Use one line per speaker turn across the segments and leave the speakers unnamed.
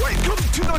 Welcome to the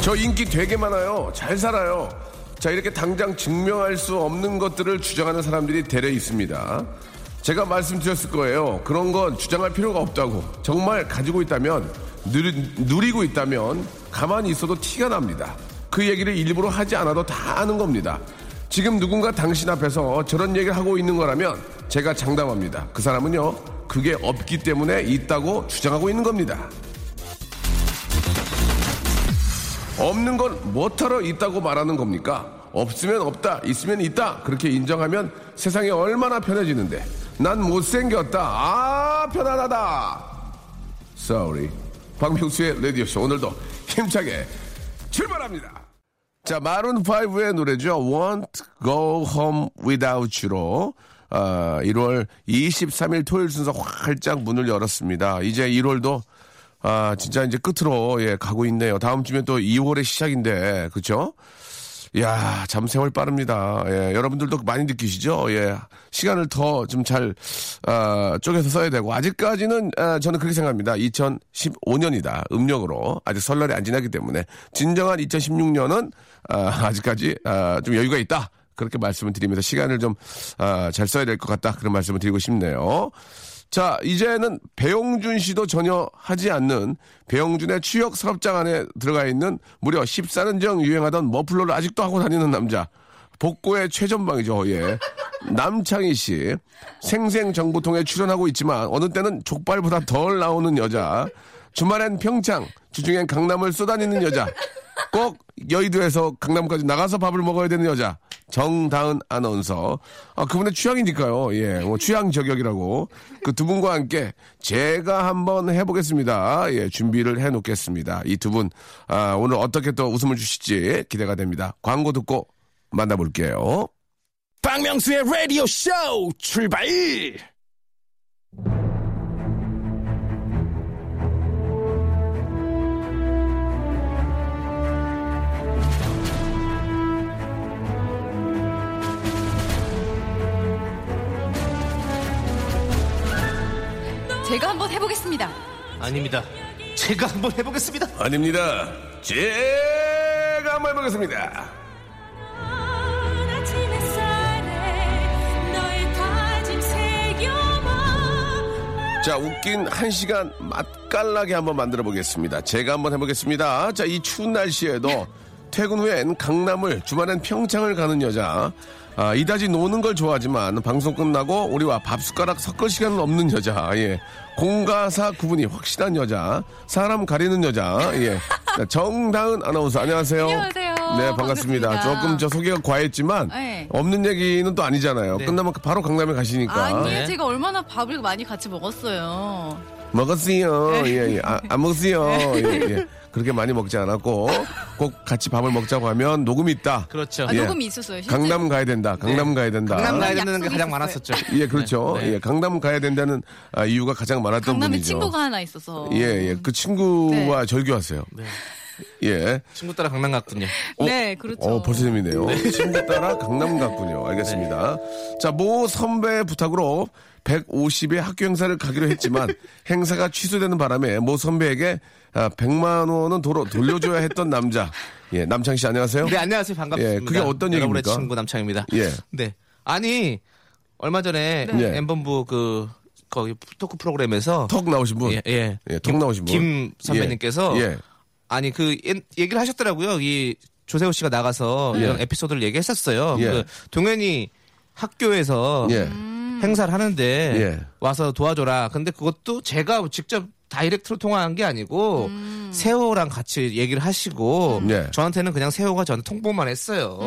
저 인기 되게 많아요 잘 살아요 자 이렇게 당장 증명할 수 없는 것들을 주장하는 사람들이 대려 있습니다 제가 말씀드렸을 거예요 그런 건 주장할 필요가 없다고 정말 가지고 있다면 누리, 고 있다면 가만히 있어도 티가 납니다 그 얘기를 일부러 하지 않아도 다 아는 겁니다 지금 누군가 당신 앞에서 저런 얘기를 하고 있는 거라면 제가 장담합니다 그 사람은요 그게 없기 때문에 있다고 주장하고 있는 겁니다 없는 걸 뭐하러 있다고 말하는 겁니까? 없으면 없다, 있으면 있다. 그렇게 인정하면 세상이 얼마나 편해지는데. 난 못생겼다. 아, 편안하다. Sorry. 박명수의 라디오쇼. 오늘도 힘차게 출발합니다. 자, 마룬5의 노래죠. Won't Go Home Without You로. 아, 1월 23일 토요일 순서 활짝 문을 열었습니다. 이제 1월도 아, 진짜 이제 끝으로 예, 가고 있네요. 다음 주면 또 2월의 시작인데. 그렇죠? 야, 참 세월 빠릅니다. 예, 여러분들도 많이 느끼시죠? 예, 시간을 더 좀 잘, 아, 쪼개서 써야 되고, 아직까지는, 아, 저는 그렇게 생각합니다. 2015년이다. 음력으로. 아직 설날이 안 지나기 때문에. 진정한 2016년은, 아, 아직까지, 아, 좀 여유가 있다. 그렇게 말씀을 드리면서 시간을 좀, 아, 잘 써야 될 것 같다. 그런 말씀을 드리고 싶네요. 자, 이제는 배용준 씨도 전혀 하지 않는 배용준의 취역 사업장 안에 들어가 있는 무려 14년정 유행하던 머플러를 아직도 하고 다니는 남자. 복고의 최전방이죠, 예. 남창희 씨. 생생정보통에 출연하고 있지만 어느 때는 족발보다 덜 나오는 여자. 주말엔 평창, 주중엔 강남을 쏘다니는 여자. 꼭 여의도에서 강남까지 나가서 밥을 먹어야 되는 여자 정다은 아나운서 아 그분의 취향이니까요 예뭐 취향 저격이라고 그 두 분과 함께 제가 한번 해보겠습니다 예 준비를 해놓겠습니다 이 두분아 오늘 어떻게 또 웃음을 주실지 기대가 됩니다 광고 듣고 만나볼게요
박명수의 라디오 쇼 출발.
제가 한번 해보겠습니다.
아닙니다. 제가 한번 해보겠습니다.
아닙니다 제가 한번 해보겠습니다 자, 웃긴 한 시간 맛깔나게 한번 만들어 보겠습니다. 제가 한번 해보겠습니다. 자, 이 추운 날씨에도 퇴근 후엔 강남을, 주말엔 평창을 가는 여자. 아, 이다지 노는 걸 좋아하지만 방송 끝나고 우리와 밥숟가락 섞을 시간은 없는 여자. 예. 공가사 구분이 확실한 여자. 사람 가리는 여자. 예. 자, 정다은 아나운서, 안녕하세요.
안녕하세요.
네, 반갑습니다.
반갑습니다.
조금 저 소개가 과했지만
네.
없는 얘기는 또 아니잖아요. 끝나면 바로 강남에 가시니까.
아니에요.
네.
제가 얼마나 밥을 많이 같이 먹었어요.
먹었어요. 예, 예. 아, 안 먹었어요.
네.
예, 예. 그렇게 많이 먹지 않았고 꼭 같이 밥을 먹자고 하면 녹음이 있다.
그렇죠.
아,
예.
녹음이 있었어요. 실제.
강남 가야 된다. 강남 가야 된다.
강남 가야
아,
되는 게
약속이
가장
있었어요.
많았었죠.
예, 그렇죠.
네.
예, 강남 가야 된다는 아, 이유가 가장 많았던
강남에
분이죠.
친구가 네. 하나 있어서.
예, 예. 그 친구와 절교하세요.
네.
예.
친구 따라 강남 갔군요.
네, 그렇죠.
어, 벌써 재밌네요. 친구 따라 강남 갔군요. 알겠습니다.
네.
자, 모 선배 부탁으로 150의 학교 행사를 가기로 했지만 행사가 취소되는 바람에 모 선배에게 아, 100만 원은 도로 돌려줘야 했던 남자. 예, 남창 씨 안녕하세요.
네, 안녕하세요. 반갑습니다.
예, 그게 어떤
여러분의
얘기입니까?
친구 남창입니다.
예.
네. 아니, 얼마 전에
네.
엠번부 그 거기 토크 프로그램에서
턱 나오신 분.
예, 어. 예.
턱 나오신 분.
김 선배님께서
예. 예.
아니 그 옛- 얘기를 하셨더라고요. 이 조세호 씨가 나가서 이런 에피소드를 얘기했었어요.
예.
그 동현이 학교에서
예.
행사를 하는데
예.
와서 도와줘라. 근데 그것도 제가 직접 다이렉트로 통화한 게 아니고 세호랑 같이 얘기를 하시고
예.
저한테는 그냥 세호가 저한테 통보만 했어요.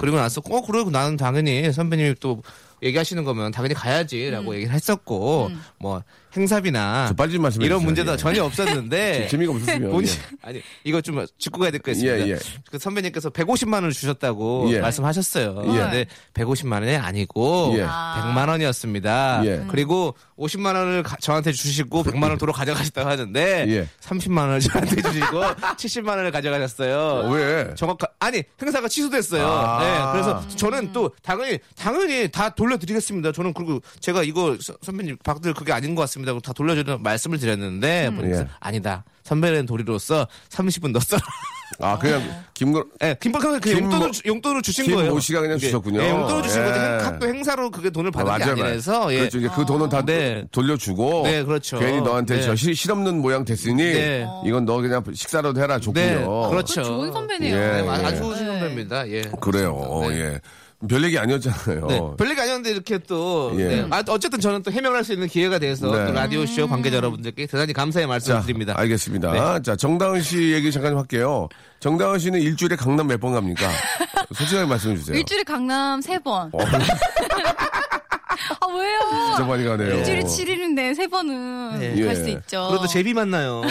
그리고 나서 어 그러고 나는 당연히 선배님이 또 얘기하시는 거면 당연히 가야지라고 얘기를 했었고 뭐 행사비나
저 빨리 좀 말씀해
이런
주세요.
문제도
예.
전혀 없었는데
재미가 없으시면.
네. 본인
예.
아니 이거 좀 짚고 가야 될 것 같습니다.
예, 예.
그 선배님께서 150만 원을 주셨다고
예.
말씀하셨어요.
예.
근데 150만 원이 아니고
예.
100만 원이었습니다.
예.
그리고 50만 원을 가- 저한테 주시고 100만 원 도로 가져가셨다고 하는데
예.
30만 원을 저한테 주시고 70만 원을 가져가셨어요.
왜?
정확한 아니 행사가 취소됐어요.
네. 아.
네, 그래서 저는 또 당연히 당연히 다 돌려드리겠습니다. 저는 그리고 제가 이거 서- 선배님 박들 그게 아닌 것 같습니다. 다 돌려주는 말씀을 드렸는데 본인께서
예.
아니다. 선배는 도리로서 30분 넣었어라.
아, 그냥 김걸
예, 김박사는 그
김모-
용돈을 주- 용돈을 주신
김모
거예요.
씨가 그냥
이게.
주셨군요.
예, 용돈을 주신
예.
거죠. 행- 학교 행사로 그게 돈을
아,
받은 게
맞아요.
아니라서. 예.
그렇죠. 이제 그 돈은 다
네.
돌려주고.
네, 그렇죠.
괜히 너한테
네.
저 실, 실없는 모양 됐으니
네.
이건 너 그냥 식사라도 해라 좋군요.
네, 그렇죠.
그 좋은 네. 선배네요.
예.
네, 아주 좋은 선배입니다. 예.
그래요. 예. 별 얘기 아니었잖아요.
네, 별얘기 아니었는데 이렇게 또
어. 예.
네. 아, 어쨌든 저는 또 해명을 할 수 있는 기회가 돼서
네.
또 라디오 쇼 관계자 여러분들께 대단히 감사의 말씀을 드립니다.
알겠습니다.
네.
자, 정다은 씨 얘기 잠깐 좀 할게요. 정다은 씨는 일주일에 강남 몇 번 갑니까? 솔직하게 말씀해 주세요.
일주일에 강남 세 번. 아 왜요?
어. 진짜 많이 가네요.
일주일에 7일인데 세 번은
네.
갈
예.
수 있죠. 뭐
그래도 제비 만나요.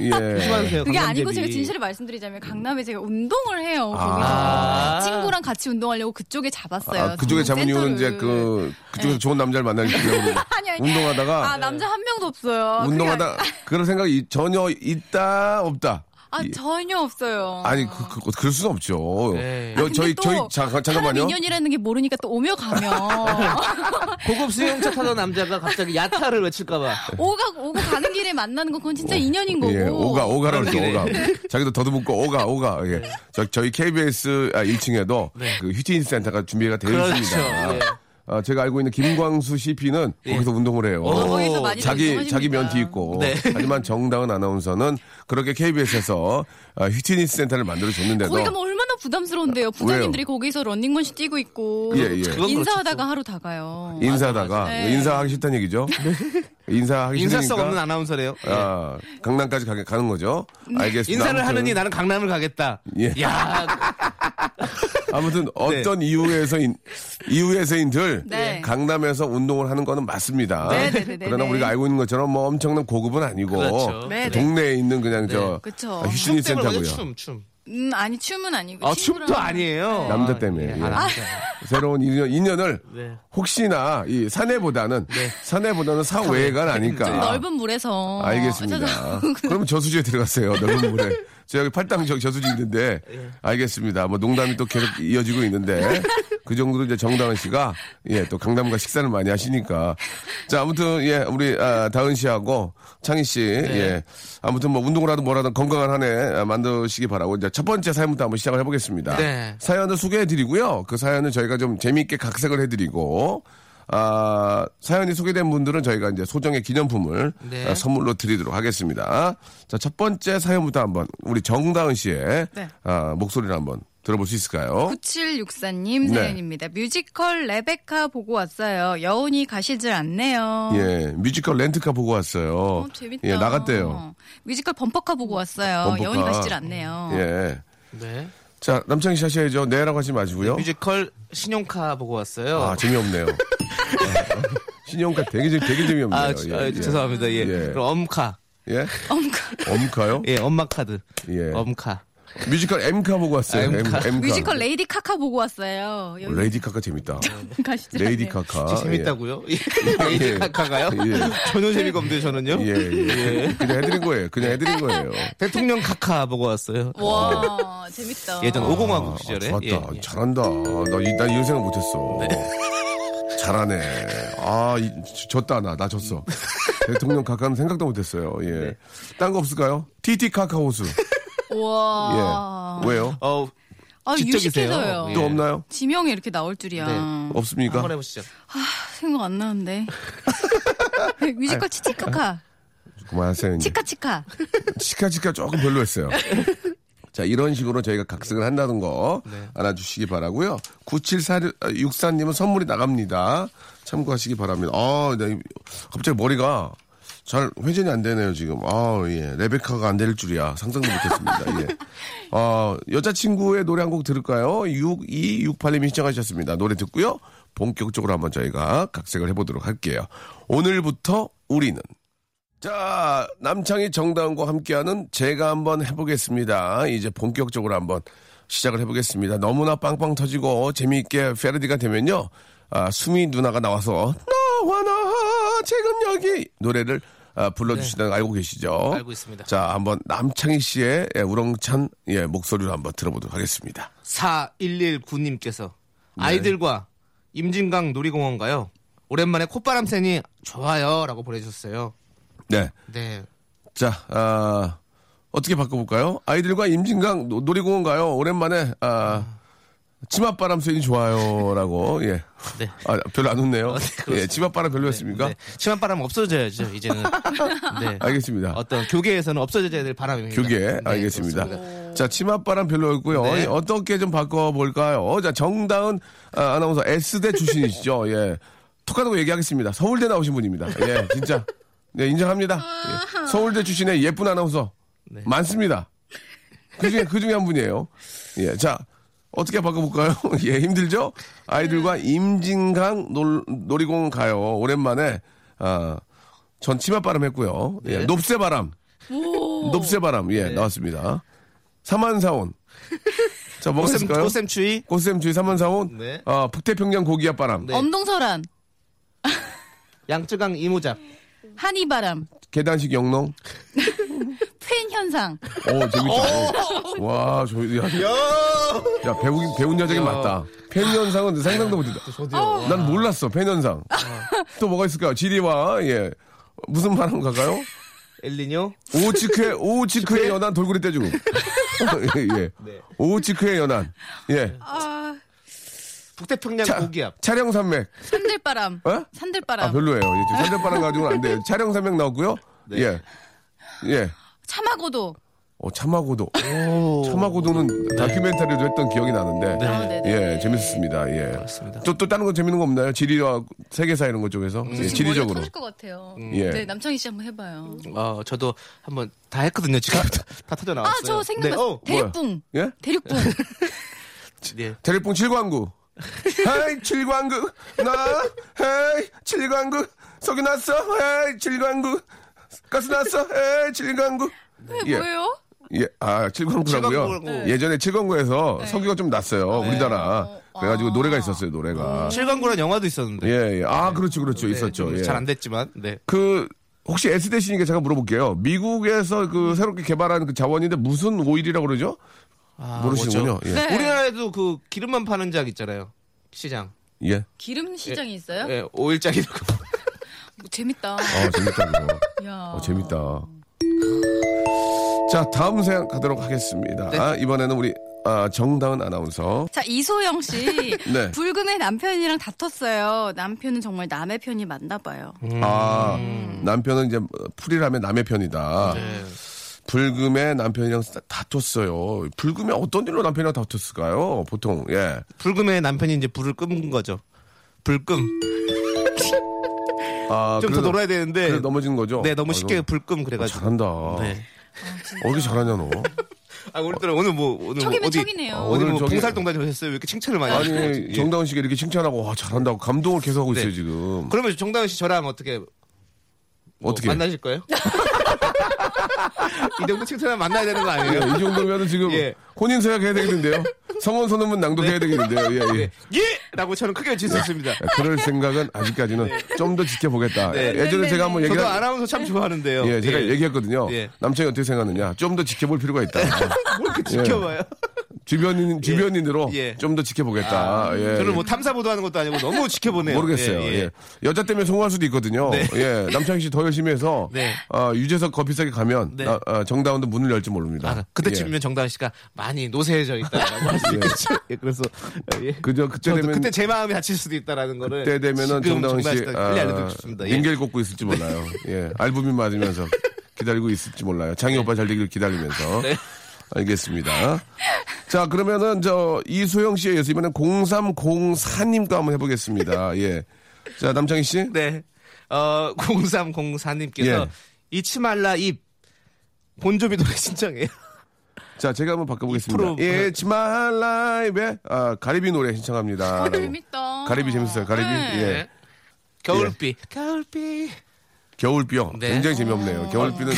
예.
조심하세요.
그게
강남
아니고
제비.
제가 진실을 말씀드리자면 강남에 제가 운동을 해요.
아.
거기서 친구랑 같이 운동하려고 그쪽에 잡았어요.
아, 그쪽에 잡은 이유는
운동센터를. 네.
이제 그, 그쪽에서 좋은 남자를 만나기 때문에.
아니, 아니.
운동하다가.
아 남자 한 명도 없어요. 그게
운동하다 그런 생각이 전혀 있다 없다.
아
이-
전혀 없어요.
예. 아니 그, 그, 그럴 수는 없죠.
네.
여-
근데
저희
또
저희 자,
사람
잠깐만요.
인연이라는 게 모르니까 또 오며 가며
고급 수영차 타던 남자가 갑자기 야타를 외칠까봐.
오가 오고 가는 길에 만나는 건 그건 진짜 인연인 거고.
예, 오가 오가라 그러죠.
그러네.
오가. 자기도 더듬고 오가 오가. 예. 저, 저희 KBS 아, 1층에도 그 휴티인 센터가 준비가 되어
네. 그렇죠. 예.
있습니다.
네.
아, 제가 알고 있는 김광수 CP는 거기서 운동을 해요.
어,
거기서 많이
자기
운동하십니다.
자기 면티 있고
네.
하지만 정다은 아나운서는 그렇게 KBS에서 아, 휴티니스 센터를 만들어 줬는데도
거기
뭐
가면 뭐 얼마나 부담스러운데요. 부장님들이 거기서 런닝머신 뛰고 있고
예, 예.
그건
인사하다가 하루 다 가요.
인사하다가
네.
인사하기 싫다는 얘기죠. 인사하기
네. 인사성
싫으니까
없는 아나운서래요. 예.
아, 강남까지 가, 가는 거죠. 알겠습니다.
네. 인사를
아무튼,
하느니 나는 강남을 가겠다.
예.
야, 네.
아무튼 어떤 이유에서인 이유에서인들
네.
강남에서 운동을 하는 거는 맞습니다.
네, 네, 네, 네,
그러나
네.
우리가 알고 있는 것처럼 뭐 엄청난 고급은 아니고
그렇죠.
네, 네.
동네에 있는 그냥 저
그쵸.
휴신이
춤 때문에 어제
센터고요.
춤, 춤.
음, 아니 춤은 아니고
아,
친구랑-
춤도 아니에요.
남자 때문에, 예.
아, 남자.
새로운 인연, 인연을
네.
혹시나 이 사내보다는 사내보다는 사외가 아닐까.
좀 넓은 물에서
알겠습니다.
찾아오고
그럼 저수지에 들어갔어요. 넓은 물에. 저 여기 팔당 저 저수지 있는데
예.
알겠습니다. 뭐 농담이 또 계속 이어지고 있는데 그 정도로 이제 정다은 씨가 예 또 강남과 식사를 많이 하시니까 자 아무튼 예 우리 아, 다은 씨하고 창희 씨
네.
예 아무튼 뭐 운동을 하든 뭐라든 건강한 한 해 만드시기 바라고 이제 첫 번째 사연부터 한번 시작을 해보겠습니다.
네.
사연을 소개해드리고요. 그 사연을 저희가 좀 재미있게 각색을 해드리고, 아, 사연이 소개된 분들은 저희가 이제 소정의 기념품을
네.
아, 선물로 드리도록 하겠습니다. 자, 첫 번째 사연부터 한번 우리 정다은 씨의
네.
아, 목소리를 한번 들어볼 수 있을까요?
9764님
네.
사연입니다. 뮤지컬 레베카 보고 왔어요. 여운이 가시질 않네요.
예, 뮤지컬 렌트카 보고 왔어요.
어, 재밌다. 어.
예, 나갔대요.
뮤지컬 범퍼카 보고 왔어요.
범퍼카.
여운이 가시질 않네요.
예.
네.
자, 남창희 씨 하셔야죠. 네라고 하지 마시고요.
뮤지컬 신용카 보고 왔어요.
어? 아, 재미없네요. 신용카 되게, 재- 되게 재미없네요.
아, 지- 아,
예, 예.
죄송합니다. 예.
예.
그럼 엄카.
예?
엄카.
엄카요?
예, 엄마 카드.
예.
엄카.
뮤지컬 M카 보고 왔어요.
아,
M,
M카.
M카.
뮤지컬 레이디 카카 보고 왔어요. 여운이
레이디 카카 재밌다.
가시질 않네요.
레이디 카카.
혹시 재밌다고요? 예.
아, 예.
이제 카카가요?
예.
전혀 재미가 없는데 저는요.
예. 예, 예. 그냥 해드린 거예요. 그냥 해드린 거예요.
대통령 카카 보고 왔어요.
아. 와, 재밌다.
예전
아,
오공화국 시절에.
좋았다.
예, 예.
잘한다. 나, 이, 나 이런 생각 못했어.
네.
잘하네. 아, 이, 지- 졌다, 나. 나 졌어. 대통령 카카는 생각도 못했어요. 예.
네.
딴 거 없을까요? 티티 카카 호수.
와.
예. 왜요?
어,
아,
지적이세요.
유식해져요.
예.
또 없나요?
지명에 이렇게 나올 줄이야.
그러니까?
네.
없습니까?
한번 해보시죠.
생각 안 나는데. 네, 뮤지컬 치치카카.
그만하세요. 이제.
치카치카.
치카치카 조금 별로였어요. 자, 이런 식으로 저희가 각색을 한다는 거 알아주시기 바라고요 9764님은 선물이 나갑니다. 참고하시기 바랍니다. 아, 나 이- 갑자기 머리가 잘 회전이 안 되네요, 지금. 아, 예. 레베카가 안 될 줄이야. 상상도 못 했습니다. 예. 어, 여자친구의 노래 한 곡 들을까요? 6268님이 신청하셨습니다. 노래 듣고요. 본격적으로 한번 저희가 각색을 해보도록 할게요. 오늘부터 우리는 자, 남창희 정다운과 함께하는 제가 한번 해보겠습니다. 이제 본격적으로 한번 시작을 해보겠습니다. 너무나 빵빵 터지고 재미있게 페르디가 되면요. 아, 수미 누나가 나와서 너와 나 지금 여기 노래를 아, 불러주시는 거 알고 계시죠?
네. 알고 있습니다.
자, 한번 남창희 씨의 예, 우렁찬 예, 목소리를 한번 들어보도록 하겠습니다.
4119님께서
네.
아이들과 임진강 놀이공원 가요. 오랜만에 콧바람 쐬니 좋아요라고 보내주셨어요.
네.
네.
자, 아, 어떻게 바꿔볼까요? 아이들과 임진강 노- 놀이공원 가요. 오랜만에, 아, 치맛바람 쐬니 좋아요. 라고, 예.
네.
아, 별로 안 웃네요.
네, 그렇습니다.
예, 치맛바람 별로였습니까?
네. 심한 바람 없어져야죠, 이제는. 네.
알겠습니다.
어떤 교계에서는 없어져야 될 바람입니다.
교계,
네,
알겠습니다.
그렇습니다.
자, 치맛바람 별로였고요.
네.
예, 어떻게 좀 바꿔볼까요? 자, 정다은 아, 나운서 S대 출신이시죠. 예. 톡하다고 얘기하겠습니다. 서울대 나오신 분입니다. 예, 진짜. 네, 인정합니다. 예. 서울대 출신의 예쁜 아나운서.
네.
많습니다. 그 중에, 그 중에 한 분이에요. 예, 자, 어떻게 바꿔볼까요? 예, 힘들죠?
음.
아이들과 임진강 놀, 놀이공원 가요. 오랜만에, 아, 전 치맛바람 했고요. 예,
네.
높새바람.
어.
높새바람, 예, 나왔습니다. 삼한사온. 자, 뭐가
꽃샘,
있을까요?
꽃샘 추위.
꽃샘 주의 삼한사온.
네.
아, 북태평양 고기압 바람.
네.
엄동설한.
양쯔강 이모작.
한이바람.
계단식 영농.
팬 현상.
오,
어.
재밌다. 오. 와, 저, 야, 야, 배우, 배운 여자긴 맞다. 팬
아.
현상은 상상도 못했다.
저도요.
난 몰랐어, 팬 현상.
아.
또 뭐가 있을까요? 지리와, 예. 무슨 바람 가까요?
엘리뇨.
오호치크의, 오호치크의 연한 돌고래 떼주고. 예, 예.
네.
오호치크의 연한. 예.
아,
북태평양
차-
아, 고기압.
차량 산맥.
산들바람.
어?
산들바람.
아, 별로예요. 예, 산대바람 가지고는 안 돼요. 차량 산맥 나왔고요.
네.
예. 예.
참하고도.
어, 참하고도. 참하고도는
네.
다큐멘터리도 했던 기억이 나는데.
아, 네네.
예, 재밌었습니다. 예.
그렇습니다.
또, 또 다른 거 재밌는 거 없나요? 지리와 세계사 이런 것 쪽에서? 예,
지금 음. 머리가
지리적으로.
터질 것 같아요.
예.
네, 남창희 씨 한번 해봐요.
어, 저도 한번 다 했거든요, 지금. 다 터져
아,
나왔어요.
저 생각났어.
네. 어,
대륙붕.
예?
대륙붕.
네.
대륙봉 칠광구. 헤이, 칠광구. 나, 헤이, 칠광구. 석유 났어. 헤이, 칠광구. 가스 났어. 헤이, 칠광구.
왜 뭐예요?
예, 아, 칠광구라고요?
칠광구. 네. 아.
예전에 칠광구에서 석유가 좀 났어요. 우리나라. 그래가지고 노래가 있었어요, 노래가.
음, 칠광구란 영화도 있었는데.
예, 예. 아, 그렇죠, 그렇죠. 있었죠. 예.
음. 네, 잘 안 됐지만. 네.
그, 혹시 S 대신이니까 제가 물어볼게요. 미국에서
음.
그 새롭게 개발한 그 자원인데 무슨 오일이라고 그러죠?
아,
모르시는군요.
뭐죠?
예.
네.
우리나라에도 그 기름만 파는 작 있잖아요. 시장.
예.
기름 시장이 있어요?
예, 오일장이라고.
뭐 재밌다.
아, 재밌다, 그거.
야.
어, 재밌다. 자, 다음 생각 가도록 하겠습니다.
네.
아, 이번에는 우리 아, 정다은 아나운서.
자, 이소영 씨.
네.
불금에 남편이랑 다퉜어요. 남편은 정말 남의 편이 맞나 봐요.
아, 남편은 이제 풀이라면 남의 편이다. 불금에 남편이랑 싸- 다퉜어요. 불금에 어떤 일로 남편이랑 다퉜을까요? 보통, 예.
불금에 남편이 이제 불을 끄는 거죠. 불금.
아,
좀 더
그래도-
놀아야 되는데.
그래도 넘어진 거죠?
네, 너무
아,
쉽게
너무-
불금 그래가지고.
잘한다.
네.
어디 잘하냐, 너?
아, 오늘따라 오늘 뭐, 오늘 뭐
척이면
어디.
척이네요.
어, 어디
오늘
뭐
저기-
봉사활동 다니셨어요? 왜 이렇게 칭찬을 많이 하시는지.
아니, 정다은 씨가 이렇게 칭찬하고, 와, 잘한다고 감동을 계속하고 있어요,
예. 네.
지금.
그러면 정다은 씨 저랑 어떻게 뭐
어떻게?
만나실 거예요? 이 정도 칭찬하면 만나야 되는 거
예,
아니에요?
이 정도면 지금
예. 네.
혼인 서약해야 되겠는데요. 성원 선언문 낭독해야 되겠는데요. 예, 예.
예! 라고 저는 크게 외치셨습니다.
야, 그럴 생각은 아직까지는 좀 더 지켜보겠다.
네.
예전에 제가 한번 얘기를
저도 아나운서 참 좋아하는데요.
예, 제가 얘기했거든요.
예.
남편이 어떻게 생각하느냐. 좀 더 지켜볼 필요가 있다.
뭘 이렇게 지켜봐요?
주변인 주변인으로
예.
좀 더 지켜보겠다. 예.
저는 뭐 탐사 보도하는 것도 아니고 너무 지켜보네요.
모르겠어요.
예, 예.
예. 여자 때문에 성공할 수도 있거든요.
네.
예. 남창희 씨 더 열심히 해서
네.
어, 유재석 거피사에 가면
네.
아, 아, 정다운도 문을 열지 모릅니다. 예.
아, 그때쯤이면 정다은 씨가 많이 노쇠해져 있다라고 할 수 있겠죠. 예, 그래서 어, 예.
그저 그때
저도
되면
그때 제 마음이 다칠 수도 있다라는 거를
때 되면은
지금
정다은 씨
씨한테
아,
빨리 알려드리고 싶습니다. 예.
인계를 꽂고 있을지 몰라요. 예. 알부민 맞으면서 기다리고 있을지 몰라요. 장희
네.
오빠 잘 되길 기다리면서. 알겠습니다. 자, 그러면은 저 이소영 씨에 의해서 이번엔 0304님과 한번 해보겠습니다. 예. 자, 남창희 씨.
네. 어, 0304님께서
예.
잊지 말라 입 본조비 노래 신청해요.
자, 제가 한번 바꿔보겠습니다.
프로-
예, 지말라이의 아, 가리비 노래 신청합니다.
아,
라고.
재밌다.
아, 네. 가리비 재밌어요. 가리비.
네.
예.
겨울비. 겨울비.
겨울비요.
네.
굉장히 재미없네요. 겨울비는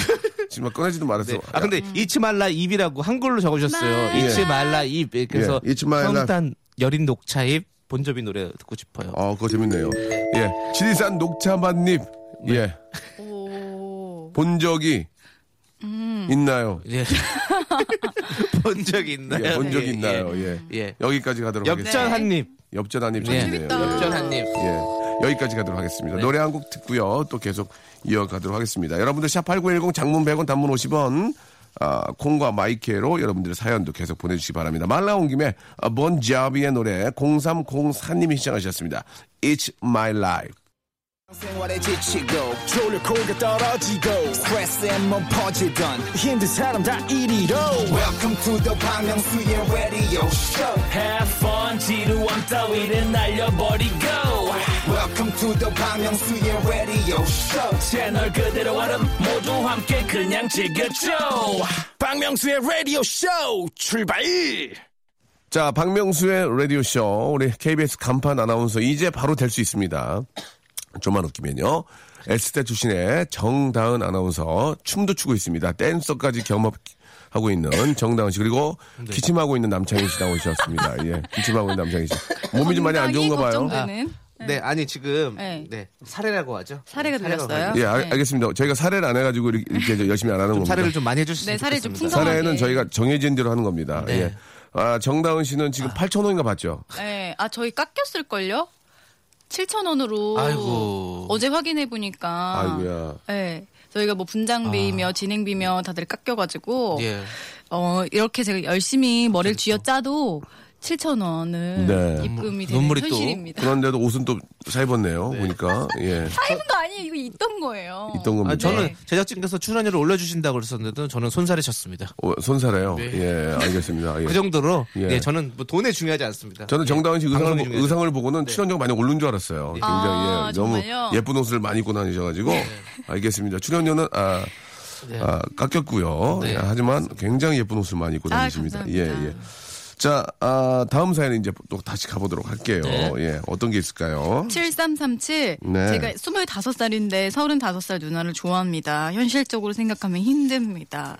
정말 꺼내지도 말았어.
네. 아 근데 잊지 말라 입이라고 한글로 적으셨어요.
예.
잊지 말라 입. 예, 그래서
예, 잊지 말라.
성탄 여린 녹차 잎 본조비 노래 듣고 싶어요.
어, 그거 재밌네요. 예. 지리산 녹차맛잎.
네.
예.
오.
본 적이 있나요?
예. 본 적이 있나요?
예, 본 적이
예,
있나요?
예.
예.
예.
여기까지 가도록
엽전
하겠습니다.
한
네.
입.
엽전 한입
예.
재밌네요. 예.
엽전 한 입.
예. 여기까지 가도록 하겠습니다.
네.
노래 한 곡 듣고요. 또 계속 이어가도록 하겠습니다. 여러분들 샵8910 장문 100원 단문 50원 아, 콩과 마이케로 여러분들의 사연도 계속 보내주시기 바랍니다. 말 나온 김에 아, 본자비의 노래 0304님이 시청하셨습니다. It's my life.
생활에 지치고, 졸려 코가 떨어지고, 스트레스에 몸 퍼지던, 힘든 사람 다 이리로. welcome to the Bang Myung-soo's radio show
Have fun 지루함 따위를 날려버리고
welcome to the Bang Myung-soo's radio show
채널 그대로 와름 모두 함께 그냥 즐겨줘
박명수의 라디오 쇼 출발!
자, 박명수의 라디오쇼, 우리 KBS 간판 아나운서, 이제 바로 될 수 있습니다. 좀만 웃기면요. S대 출신의 정다은 아나운서, 춤도 추고 있습니다. 댄서까지 겸업하고 있는 정다은 씨, 그리고
네.
기침하고 있는 남창희 씨 나오셨습니다. 예, 기침하고 있는 남창희 씨. 몸이 좀 많이 안 좋은가 봐요.
걱정되는.
네, 아니 지금
네.
네. 사례라고 하죠.
사례가 들렸어요?
예, 알, 알겠습니다. 저희가 사례를 안 해가지고 이렇게, 이렇게 저 열심히 안 하는 겁니다.
사례를 좀 많이 해주시면
네, 사례 좀
좋겠습니다.
풍성하게.
사례는 저희가 정해진 대로 하는 겁니다.
네.
예. 아, 정다은 씨는 지금 8,000원인가 받죠?
네. 아, 저희 깎였을걸요? 7,000원으로.
아이고.
어제 확인해보니까.
아이고야. 아.
네. 저희가 뭐 분장비며 진행비며 다들 깎여가지고.
예.
어, 이렇게 제가 열심히 머리를 쥐어 짜도 7,000원은
네.
입금이 되는
눈물이 또
현실입니다.
그런데도 옷은 또 사 입었네요. 보니까. 예.
타임도 아니에요. 이거 있던 거예요.
있던 겁니다.
아, 저는
네.
제작진께서 출연료를 올려주신다고 그랬었는데 저는 손살이 쳤습니다.
어, 손사래요.
네.
예, 알겠습니다. 예.
그 정도로
예.
네, 저는 뭐 돈에 중요하지 않습니다.
저는 정다은 씨
예,
의상을,
방송이
보-
중요해요.
의상을 보고는 출연료가 많이 오른 줄 알았어요. 굉장히
아,
예, 너무
정말요?
예쁜 옷을 많이 입고 다니셔가지고 알겠습니다. 출연료는 아, 아, 깎였고요.
네.
예, 하지만 굉장히 예쁜 옷을 많이 입고
아,
다니십니다. 예,
감사합니다.
예. 자, 아, 다음 사연 이제 또 다시 가보도록 할게요. 예, 어떤 게 있을까요?
7337.
네.
제가 25살인데 35살 누나를 좋아합니다. 현실적으로 생각하면 힘듭니다.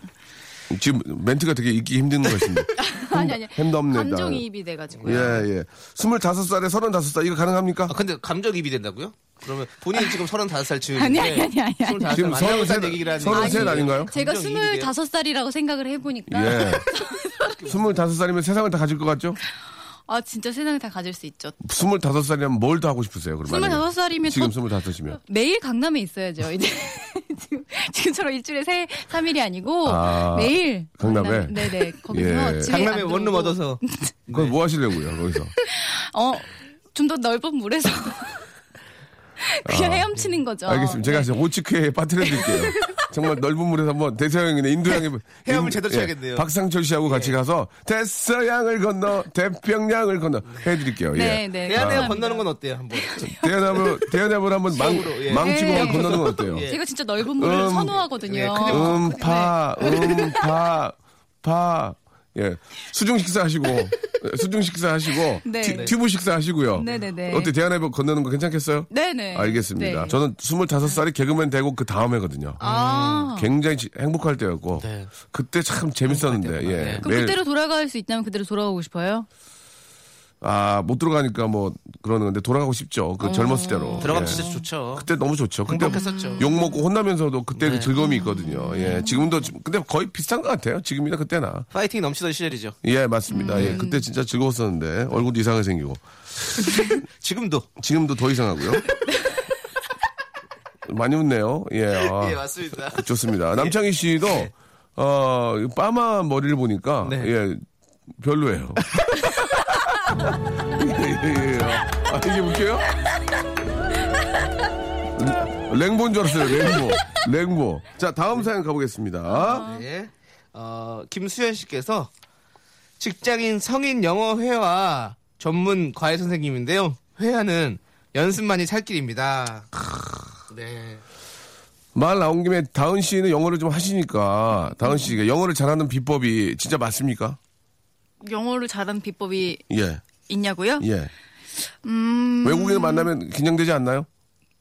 지금 멘트가 되게 읽기 힘든 것 같습니다.
아니, 아니.
햄도 없네, 나.
감정이입이 돼가지고.
예,
네.
예. 25살에 35살 이거 가능합니까?
아, 근데 감정입이 된다고요? 그러면 본인이 지금 35살 지금
아. 아니, 아니, 아니, 아니, 아니.
지금
25살 만나고 산
33
얘기라는
33
얘기예요.
아닌가요?
제가
감정이입이 돼요?
25살이라고 생각을
아,
해보니까.
예. 25살이면 세상을 다 가질 것 같죠?
아, 진짜 세상에 다 가질 수 있죠.
25살이면 뭘 더 하고 싶으세요? 그러면 만약에?
25살이면
지금
첫-
25이면
매일 강남에 있어야죠. 이제 지금, 지금처럼 일주일에 세, 3일이 아니고
아,
매일
강남에?
네네 거기서
예.
집에
강남에
안
원룸
들어오고.
얻어서
그걸
네.
뭐 하시려고요? 거기서
어, 좀 더 넓은 물에서 그냥 헤엄치는 거죠.
아, 예. 알겠습니다.
네.
제가 지금 오치크에 빠뜨려 드릴게요. 정말 넓은 물에서 한번 대서양이네 인도양에 인-
헤엄을
예.
제대로 쳐야겠네요.
박상철 씨하고 같이 가서 대서양을 건너 대평양을 건너 해드릴게요.
네,
예.
네.
대한해양
감사합니다.
건너는 건 어때요? 한번
대한함을 대한함을 한번 망
서울로, 예.
망치고
예.
한번 건너는 건 어때요?
제가 진짜 넓은 물을
음,
선호하거든요.
예, 그냥
어, 네.
음파 음파 파. 예. 수중 식사 하시고 수중 식사 하시고
네.
튜- 튜브 식사 하시고요.
네네네.
어때 대한해변 건너는 거 괜찮겠어요?
네네.
알겠습니다.
네.
저는 25살이 개그맨 되고 그 다음 해거든요.
아,
굉장히 지- 행복할 때였고
네.
그때 참 재밌었는데 예.
네.
그럼 그대로 돌아갈 수 있다면 그대로 돌아가고 싶어요?
아, 못 들어가니까 뭐 그러는 건데 돌아가고 싶죠. 그 젊었을 때로.
음. 들어가면
예.
진짜 좋죠.
그때 너무 좋죠. 그때
행복했었죠.
욕 먹고 혼나면서도 그때
네. 음.
그 즐거움이 있거든요. 예. 지금도 지- 근데 거의 비슷한 것 같아요. 지금이나 그때나.
파이팅 넘치던 시절이죠.
예, 맞습니다. 예.
음.
그때 진짜 즐거웠었는데 얼굴도 이상하게 생기고
지금도.
지금도 더 이상하고요. 많이 웃네요. 예. 아.
예, 맞습니다.
좋습니다. 남창희 씨도 어 빠마 머리를 보니까
네.
예 별로예요. 예, 예. 아, 이게 웃겨요? 음, 랭보인 줄 알았어요. 랭보, 랭보. 자 다음 사연 가보겠습니다.
예. 어, 김수현 씨께서 직장인 성인 영어 회화 전문 과외 선생님인데요. 회화는 연습만이 살 길입니다. 네.
말 나온 김에 다은 씨는 영어를 좀 하시니까 다은 씨가 영어를 잘하는 비법이 진짜 맞습니까?
영어를 잘하는 비법이
예,
있냐고요?
예. 외국인을 만나면 긴장되지 않나요?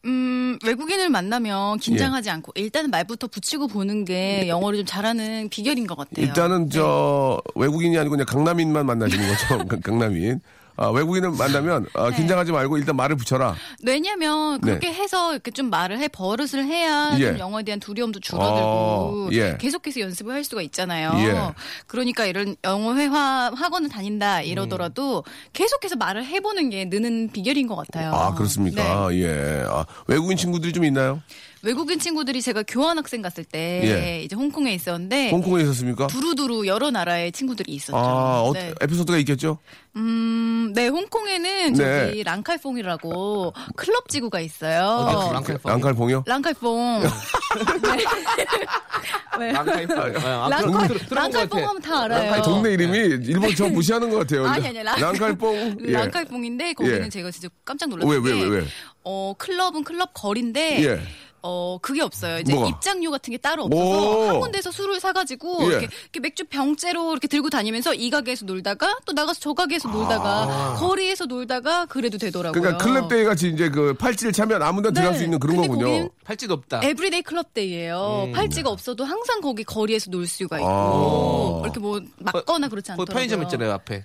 음, 외국인을 만나면 긴장하지 않고 일단 말부터 붙이고 보는 게 영어를 좀 잘하는 비결인 것 같아요.
네.
네.
일단은 저 외국인이 아니고 그냥 강남인만 만나시는 거죠. 강- 강남인. 아, 외국인을 만나면
네.
아, 긴장하지 말고 일단 말을 붙여라.
왜냐면 그렇게 해서 이렇게 좀 말을 해 버릇을 해야
네. 예.
좀 영어에 대한 두려움도 줄어들고
어, 예.
계속해서 연습을 할 수가 있잖아요.
예.
그러니까 이런 영어 회화 학원을 다닌다 이러더라도 계속해서 말을 해보는 게 느는 비결인 것 같아요.
음. 아, 그렇습니까?
네.
예. 아, 외국인 친구들이 좀 있나요?
외국인 친구들이 제가 교환 학생 갔을 때
예.
이제 홍콩에 있었는데
홍콩에 있었습니까?
네. 두루두루 여러 나라의 친구들이 있었죠.
아, 어,
네.
에피소드가 있겠죠?
음, 네, 홍콩에는
네.
저기 랑칼퐁이라고 클럽 지구가 있어요.
어디 랑칼- 랑칼퐁이요?
아, 랑칼퐁이요?
랑칼퐁. 네. 네.
아,
아,
랑칼, 랑칼퐁 하면 다 알아요.
랑칼 동네 이름이 일본 처음 무시하는 것 같아요.
아니, 아니, 랑-
랑칼퐁. 예.
그 랑칼퐁인데 거기는
예.
제가 진짜 깜짝 놀랐어요.
왜, 왜, 왜, 왜?
어, 클럽은 클럽 거리인데
예.
어 그게 없어요. 이제
뭐가?
입장료 같은 게
오.
따로 없어서 한 군데서 술을 사가지고
예.
이렇게, 이렇게 맥주 병째로 이렇게 들고 다니면서 이 가게에서 놀다가 또 나가서 저 가게에서 놀다가 거리에서 놀다가 그래도
아.
되더라고요.
그러니까 클럽데이 같이 이제 그 팔찌를 차면 아무나 들어갈 수 있는 그런
네. 근데
거군요. 아. 음.
거기는
팔찌도 없다.
에브리데이 클럽데이예요. 팔찌가 없어도 항상 거기 거리에서 놀 수가 있고
아.
이렇게 뭐 막거나 그렇지
어, 거기
않더라고요.
편의점 있잖아요,
네,
앞에.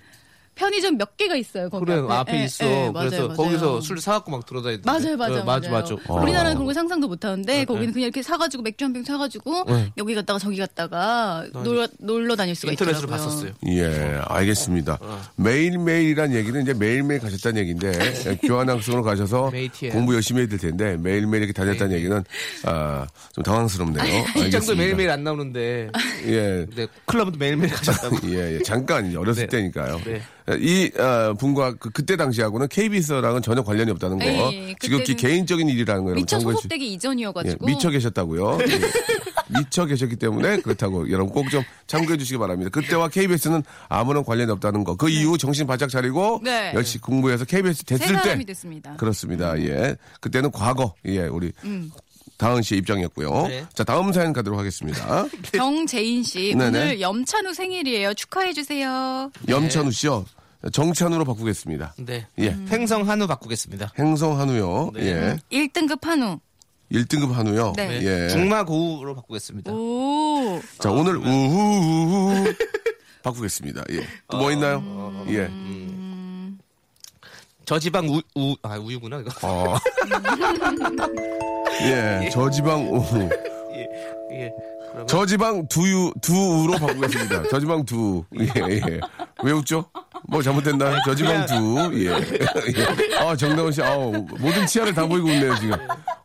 편의점 몇 개가 있어요. 거기
그래,
앞에,
앞에
예,
있어.
예, 맞아요,
그래서
맞아요.
거기서 술 사갖고 막 돌아다니던데.
맞아요, 맞아요,
어, 네, 맞아, 맞아.
맞아요. 우리나라는 그런 거 상상도 못 하는데 거기는 그냥 이렇게 사가지고 맥주 한 병 사가지고 여기 갔다가 저기 갔다가 놀러, 놀러 다닐 수가
네. 인터넷으로
있더라고요. 네.
봤었어요.
예, 알겠습니다. 매일매일이란 얘기는 이제 매일매일 가셨다는 얘기인데, 예, 교환학습으로 가셔서
매일티에요.
공부 열심히 해야 될 텐데, 매일매일 이렇게 다녔다는 얘기는, 아, 좀 당황스럽네요.
직장도
알겠습니다.
매일매일 안 나오는데.
아.
예.
근데 클럽도 매일매일 가셨다고.
예, 예, 잠깐, 어렸을
네.
때니까요.
네.
이 아, 분과 그, 그때 당시하고는 KBS랑은 전혀 관련이 없다는 거.
에이,
지극히
그때는
개인적인 일이라는 거예요.
미처
참고해 주-
소속되기
예,
이전이어가지고
미쳐 계셨다고요. 예. 미쳐 계셨기 때문에 그렇다고 여러분 꼭 좀 참고해 주시기 바랍니다. 그때와 KBS는 아무런 관련이 없다는 거. 그 이후 정신 바짝 차리고
네.
역시 공부해서 KBS
새
됐을 때
사람이 됐습니다. 음.
그렇습니다. 예. 그때는 과거. 예, 우리 다은 씨의 입장이었고요.
네.
자, 다음 사연 가도록 하겠습니다.
네. 정재인 씨
네네.
오늘 염찬우 생일이에요. 축하해 주세요.
염찬우 씨요. 정찬우로 바꾸겠습니다.
네.
예.
음.
횡성 한우 바꾸겠습니다.
행성 한우요. 예.
1등급 한우.
1등급 한우요.
네.
예.
중마고우로 바꾸겠습니다.
오.
자, 오늘 우후우후 바꾸겠습니다. 예. 또 뭐 있나요? 예.
저지방 우, 우, 아, 우유구나, 이거.
어. 예, 저지방 우후.
예, 예. 그러면
저지방 두유, 두우로 바꾸겠습니다. 저지방 두. 예, 예. 왜 웃죠? 뭐 잘못됐나요? 저지방 두. 예. 예. 아, 정다은 씨, 아우, 모든 치아를 다 보이고 웃네요, 지금.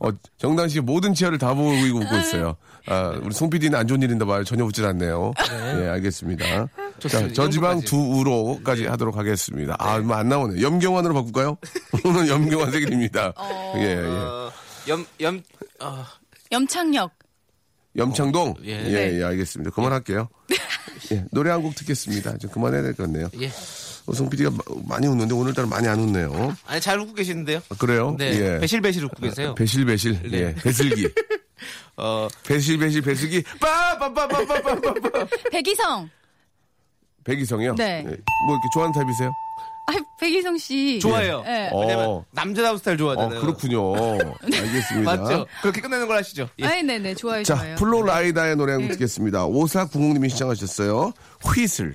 어, 정다은 씨 모든 치아를 다 보이고 웃고 있어요. 아, 우리 송 PD는 안 좋은 일인데 봐요. 전혀 웃질 않네요. 예, 알겠습니다. 자,
좋습니다.
저지방
이 정도까지. 예.
두우로까지 하도록 하겠습니다. 아, 뭐안 나오네. 염경환으로 바꿀까요? 오늘 염경환 생일입니다. 예, 예.
어, 염, 염, 어,
염창력.
염창동?
예.
예,
네.
예, 알겠습니다. 그만할게요. 예, 노래 한 곡 듣겠습니다. 좀 그만해야 될 것 같네요.
예.
송 PD가 많이 웃는데 오늘따라 많이 안 웃네요.
아니, 잘 웃고 계시는데요?
아, 그래요?
네.
예.
배실배실 웃고 계세요. 네.
배실, 배실. 예, 배슬기.
어,
배실, 배실, 배슬기. 빠빠빠빠빠빠빠.
백이성.
백이성이요?
네.
예. 뭐 이렇게 좋아하는 타입이세요?
아, 백이성 씨.
좋아요.
예.
어,
남자다운 스타일
어,
좋아하잖아요.
그렇군요. 알겠습니다.
맞죠? 그렇게 끝내는 걸 아시죠? 예.
아이, 네네, 좋아요,
자,
좋아요. 네.
플로라이다의 노래 한 곡 듣겠습니다. 오사구공님이 시청하셨어요. 휘슬.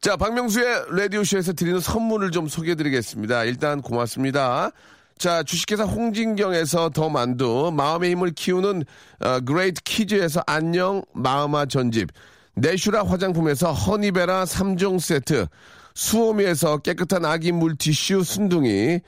자, 박명수의 라디오쇼에서 드리는 선물을 좀 소개해드리겠습니다. 일단 고맙습니다. 자, 주식회사 홍진경에서 더 만두, 마음의 힘을 키우는 어, 그레이트 키즈에서 안녕 마음아 전집, 내슈라 화장품에서 허니베라 3종 세트, 수오미에서 깨끗한 아기 물티슈 순둥이,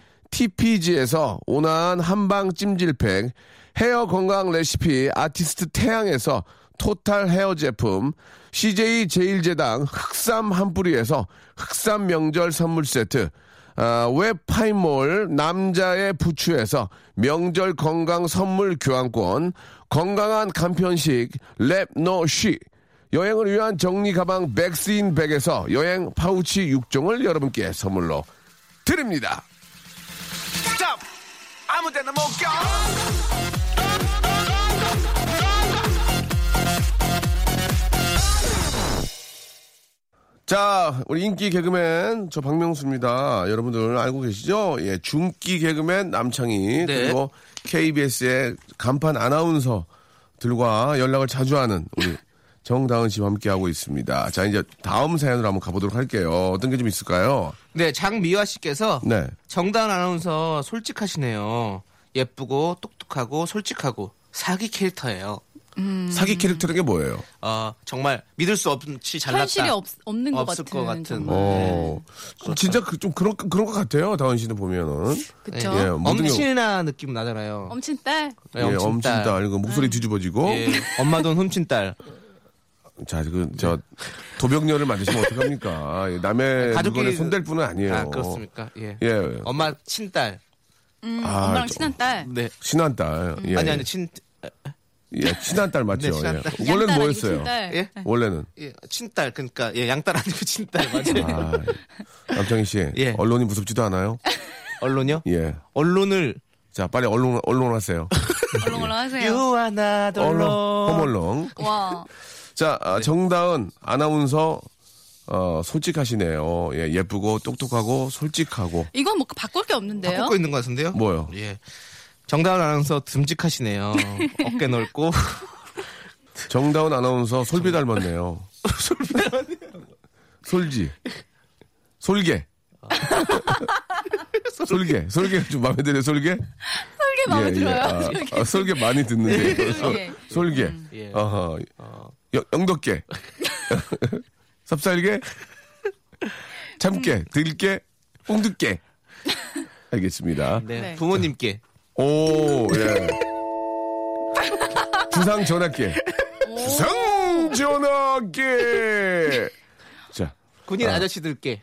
TPG에서 온화한 한방 찜질팩, 헤어 건강 레시피 아티스트 태양에서 토탈 헤어 제품, CJ 제일제당 흑삼 한 뿌리에서 흑삼 명절 선물 세트, 아, 웹파이몰 남자의 부추에서 명절 건강 선물 교환권, 건강한 간편식 랩노쉬, 여행을 위한 정리 가방 백스인 백에서 여행 파우치 6종을 여러분께 선물로 드립니다.
Stop! 아무 데나 못 가!
자, 우리 인기 개그맨 저 박명수입니다. 여러분들 알고 계시죠? 예, 중기 개그맨 남창희 그리고 KBS의 간판 아나운서들과 연락을 자주 하는 우리 정다은 씨와 함께 하고 있습니다. 자, 이제 다음 사연으로 한번 가보도록 할게요. 어떤 게 좀 있을까요?
네, 장미화 씨께서
네.
정다은 아나운서 솔직하시네요. 예쁘고 똑똑하고 솔직하고 사기 캐릭터예요.
사기 캐릭터라는 게 뭐예요?
어, 정말 믿을 수 없이 잘났다.
현실이 없, 없는 것
없을
같은.
것 같은.
정말.
어, 진짜 그, 좀 그런 그런 것 같아요. 다은 씨는 보면은
그쵸?
예, 모든 게-
엄친아 느낌 나잖아요.
엄친 딸?
네,
예, 엄친 딸, 그 목소리 뒤집어지고
예, 엄마 돈 훔친 딸.
예, 자, 그, 저, 도벽녀를 만드시면 어떡합니까? 예, 남의
아, 가족끼리-
가족에 손댈 분은 아니에요.
아, 그렇습니까? 예.
예.
엄마 친딸.
음,
아,
엄마랑
저-
친한 딸?
네.
친한 딸. 예.
아니 아니 친
예, 친한 딸 맞죠?
네, 친한 딸.
예.
양
원래는
딸 아니고
뭐였어요? 네.
친딸.
예?
원래는.
예, 친딸 그러니까 예, 양딸 아니고 친딸 맞아요.
아, 남창희 씨.
네. 예.
언론이 무섭지도 않아요?
언론요?
예.
언론을
자, 빨리 언론, 언론 하세요.
얼렁얼렁 하세요.
유아나
언론.
언론.
허멀렁.
와.
자, 아, 정다은 아나운서, 어, 솔직하시네요. 예, 예쁘고 똑똑하고 솔직하고.
이건 뭐 바꿀 게 없는데요?
고 있는 것 같은데요?
뭐요?
예. 정다은 아나운서 듬직하시네요. 어깨 넓고
정다운 아나운서 솔비 닮았네요. 솔비 닮았네요. 솔지. 솔개. 솔개. 솔개 좀 마음에 드네요. 솔개.
설계 마음에 들어요. 예.
아, 아, 솔개 많이 듣는데.
솔개.
솔개.
예.
어허. 영- 영덕개. 삽살개. 참깨. 들깨. 꽁두깨. 알겠습니다.
네.
네.
부모님께
오, 예. 주상 전화기. 주상 전화기. 자,
군인 아. 저씨들께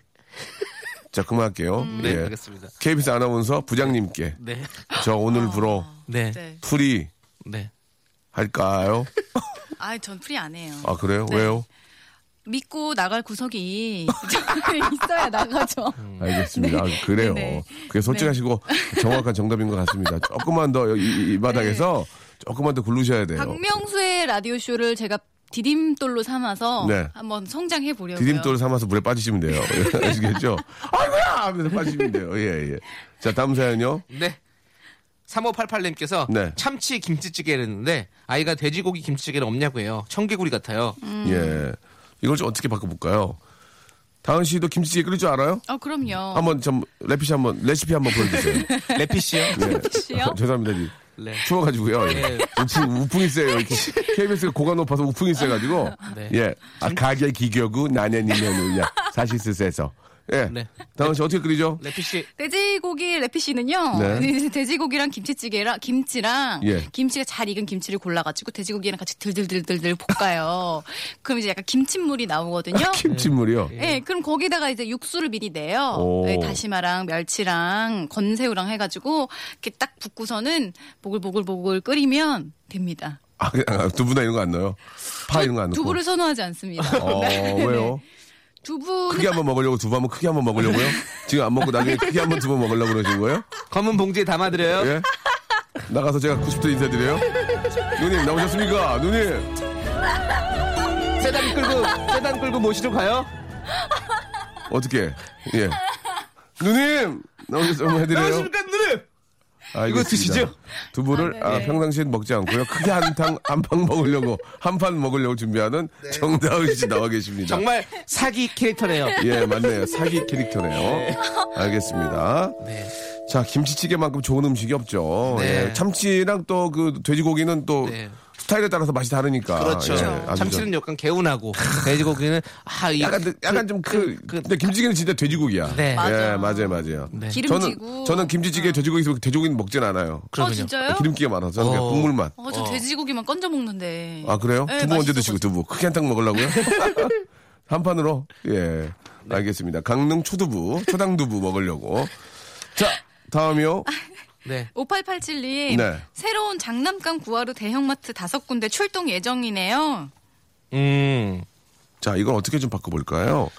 자 그만할게요. 예.
네, 알겠습니다.
KBS 아나운서 부장님께
네.
저 오늘부로
네.
네.
풀이
네.
할까요?
아, 전 풀이 안 해요.
아 그래요?
네.
왜요?
믿고 나갈 구석이 있어야 나가죠.
알겠습니다. 아, 그래요.
네,
그게 솔직하시고 정확한 정답인 것 같습니다. 조금만 더 이 바닥에서 조금만 더 굴르셔야 돼요.
박명수의 라디오 쇼를 제가 디딤돌로 삼아서
네.
한번 성장해 보려고요.
디딤돌 삼아서 물에 빠지시면 돼요. 아시겠죠? 아이고야! 하면서 빠지시면 돼요. 예, 예. 자, 다음 사연요.
네. 3588님께서
네.
참치 김치찌개를 했는데 아이가 돼지고기 김치찌개는 없냐고 해요. 청개구리 같아요.
음.
예. 이걸 좀 어떻게 바꿔볼까요? 다은 씨도 김치찌개 끓일 줄 알아요?
아, 그럼요.
어.
한번 좀 레시피 한번 레시피 한번 보여주세요. 네. 아,
레피씨요?
씨요?
죄송합니다. 이
네.
추워가지고요. 예.
네.
우풍, 우풍이 세요. 이렇게 KBS가 고가 높아서 우풍이 세가지고.
네.
예. 아, 가게 기교구 나네니면우야 사시스에서. 예.
네.
다은 씨 어떻게 끓이죠?
레피씨
돼지고기 레피씨는요.
네.
돼지고기랑 김치찌개랑 김치랑
예.
김치가 잘 익은 김치를 골라가지고 돼지고기랑 같이 들들들들들 볶아요. 그럼 이제 약간 김칫물이
네.
나오거든요.
아, 김치물이요.
예, 그럼 거기다가 이제 육수를 미리 내요.
오.
예, 다시마랑 멸치랑 건새우랑 해가지고 이렇게 딱 붓고서는 보글보글보글 끓이면 됩니다.
아, 아, 두부나 이런 거 안 넣어요? 파 이런 거 안 넣고.
두부를 선호하지 않습니다.
어,
네.
왜요?
두부는 어,
크게 한번 먹으려고 두부 한번 크게 한번 먹으려고요? 지금 안 먹고 나중에 크게 한번 두부 먹으려고 그러신 거예요?
검은 봉지에 담아드려요.
예? 나가서 제가 90도 인사드려요. 누님 나오셨습니까? 누님. 예.
세단 끌고 세단 끌고 모시러 가요. 아,
어떻게? 예. 누님 나오셨 한번 해드려요.
누님?
알겠습니다.
드시죠?
두부를
아,
아,
네.
평상시엔 먹지 않고요. 크게 한탕 한판 먹으려고 한 판 먹으려고 준비하는 정다은 씨 나와 계십니다.
네. 정말 사기 캐릭터네요.
예, 맞네요. 사기 캐릭터네요. 알겠습니다.
네.
자, 김치찌개만큼 좋은 음식이 없죠.
네.
예, 참치랑 또 그 돼지고기는 또
네.
스타일에 따라서 맛이 다르니까.
그렇죠.
예, 아주
참치는
좀
약간 개운하고 돼지고기는 아, 이,
약간 그- 약간 좀 그,
그-
근데 김치찌개는 진짜 돼지고기야.
네.
예,
맞아.
맞아요, 맞아요. 저는
기름지고.
저는 김치찌개 돼지고기 있으면 돼지고기는 먹진 않아요.
어,
그러면요.
진짜요?
기름기가 많아서 저는 그냥
어.
국물만.
어, 저 돼지고기만 건져 먹는데.
아 그래요?
네,
두부 언제
맛있어서.
드시고 두부 크게 한 탕 먹으려고요? 한 판으로 예
네.
알겠습니다. 강릉 초두부 초당두부 먹으려고 자 다음이요.
네.
5887님
네.
새로운 장난감 구하러 대형마트 다섯 군데 출동 예정이네요.
음.
자 이걸 어떻게 좀 바꿔볼까요?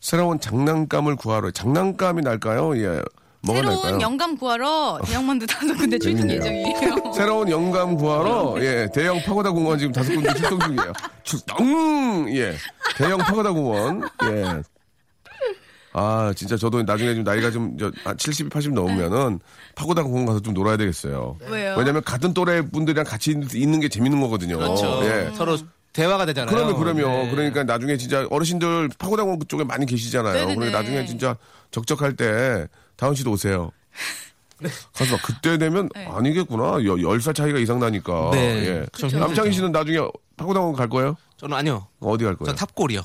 새로운 장난감을 구하러 장난감이 날까요? 예 뭐가
새로운
날까요? 어.
영감 구하러 대형마트 다섯 군데 출동
재밌네요.
예정이에요.
새로운 영감 구하러 예 대형 파고다 공원 지금 다섯 군데 출동 중이에요. 출동 예 대형 파고다 공원 예. 아 진짜 저도 나중에 좀 나이가 좀 저, 아, 70, 80 넘으면은 파고다 공원 가서 좀 놀아야 되겠어요.
왜요?
왜냐면 같은 또래 분들이랑 같이 있- 있는 게 재밌는 거거든요.
그렇죠.
예.
서로 대화가 되잖아요.
그러면 그러면
네.
그러니까 나중에 진짜 어르신들 파고다 공원 쪽에 많이 계시잖아요.
네네네.
그러니까 나중에 진짜 적적할 때 다은 씨도 오세요.
네.
가서 막 그때 되면
네.
아니겠구나. 10살 차이가 이상 나니까.
네.
예.
그쵸.
남창희 씨는 나중에 파고다 공원 갈 거예요?
저는 아니요.
어디 갈 거예요?
전 탑골이요.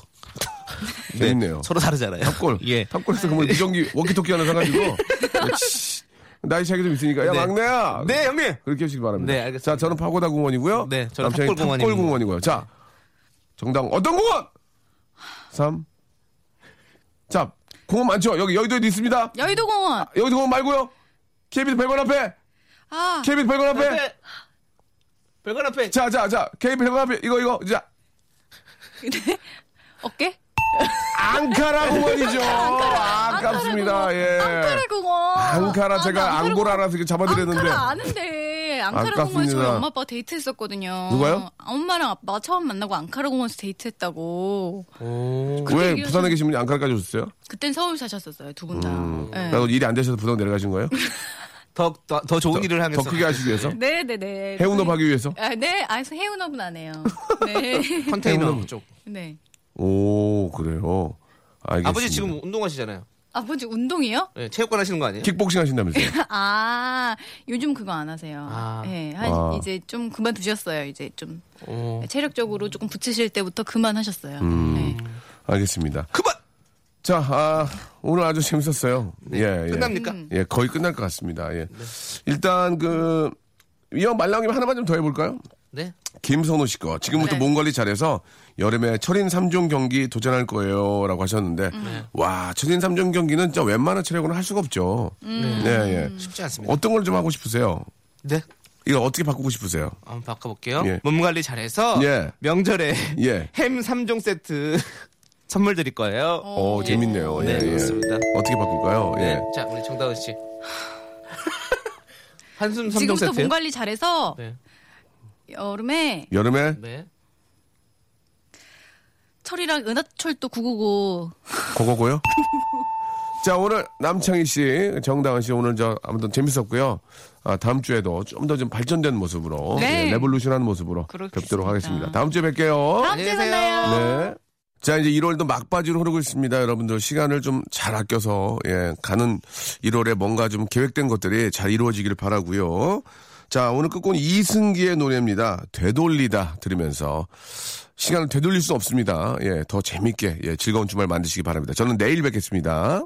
재밌네요.
서로 다르잖아요.
탑골.
예.
탑골에서 그러면 무전기 워키토키 하나 사가지고. 어, 나이 차이가 좀 있으니까. 야,
네.
막내야!
네, 형님.
그렇게 해주시기 바랍니다.
네, 알겠습니다.
자, 저는 파고다 공원이고요.
네, 저는
남편이
탑골
탑골
공원입니다.
공원이고요. 자, 정당 어떤 공원? 3. 자, 공원 많죠? 여기 여의도에도 있습니다.
여의도공원.
여의도 공원 말고요. KBS 100원 앞에.
아,
KBS 100원
네,
앞에.
별건 앞에.
자, 자, 자. KBS 100원 앞에. 이거 이거. 자,
어깨?
앙카라 공원이죠. 아깝습니다. 예.
앙카라 공원.
앙카라
아,
제가
나 앙카라
앙고라라서 이렇게 잡아드렸는데
앙카라 아는데 앙카라
아깝습니다.
공원에서 우리 엄마 아빠 데이트했었거든요.
누가요?
엄마랑 아빠 처음 만나고 앙카라 공원에서 데이트했다고.
왜
얘기를
부산에 계신 음. 분이 앙카라까지 오셨어요?
그땐 서울 사셨었어요 두 분 다. 네.
그래서 일이 안 되셔서 부산 내려가신 거예요?
더, 더, 더 좋은 일을
더
하면서.
크게 하시기 위해서?
네, 네, 네.
해운업 하기 위해서?
아, 네, 아, 해운업은 안 해요. 네,
컨테이너 쪽.
네.
오 그래요. 알겠습니다.
아버지 지금 운동하시잖아요.
아버지 운동이요?
예, 체육관 하시는 거 아니에요?
킥복싱 하신다면서요?
아, 요즘 그거 안 하세요.
아.
네, 한
아.
이제 좀 그만두셨어요. 이제 좀
어.
체력적으로 조금 붙이실 때부터 그만하셨어요. 네.
알겠습니다.
그만!
자 아, 오늘 아주 재밌었어요. 예, 예.
네. 끝납니까? 네.
예 거의 끝날 것 같습니다. 예. 일단 그 이왕 말랑이면 하나만 좀 더 해볼까요?
네.
김선호 씨 거. 지금부터
네.
몸 관리 잘해서 여름에 철인 3종 경기 도전할 거예요. 라고 하셨는데, 와, 철인 3종 경기는 진짜 웬만한 체력으로는 할 수가 없죠. 네, 예.
음.
쉽지 않습니다.
어떤 걸 좀 하고 싶으세요?
네.
이거 어떻게 바꾸고 싶으세요?
한번 바꿔볼게요.
예.
몸 관리 잘해서
예.
명절에
예.
햄 3종 세트 선물 드릴 거예요.
어, 재밌네요.
네,
예, 예.
그렇습니다.
어떻게 바꿀까요?
네.
예.
자, 우리 정다은 씨. 한숨 3종
지금부터
세트.
몸 관리 잘해서
네.
여름에
여름에
네.
철이랑 은하철도 999
그거고요. 자, 오늘 남창희 씨, 정다은 씨 오늘 저 아무튼 재밌었고요. 아, 다음 주에도 좀 더 좀 발전된 모습으로
네.
예, 레볼루션한 모습으로
그렇겠습니다.
뵙도록 하겠습니다. 다음 주에 뵐게요.
다음 주에
안녕히 계세요.
만나요.
네. 자, 이제 1월도 막바지로 흐르고 있습니다. 여러분들 시간을 좀 잘 아껴서 예, 가는 1월에 뭔가 좀 계획된 것들이 잘 이루어지길 바라고요. 자, 오늘 끝곡은 이승기의 노래입니다. 되돌리다 들으면서 시간을 되돌릴 수 없습니다. 예, 더 재밌게 예, 즐거운 주말 만드시기 바랍니다. 저는 내일 뵙겠습니다.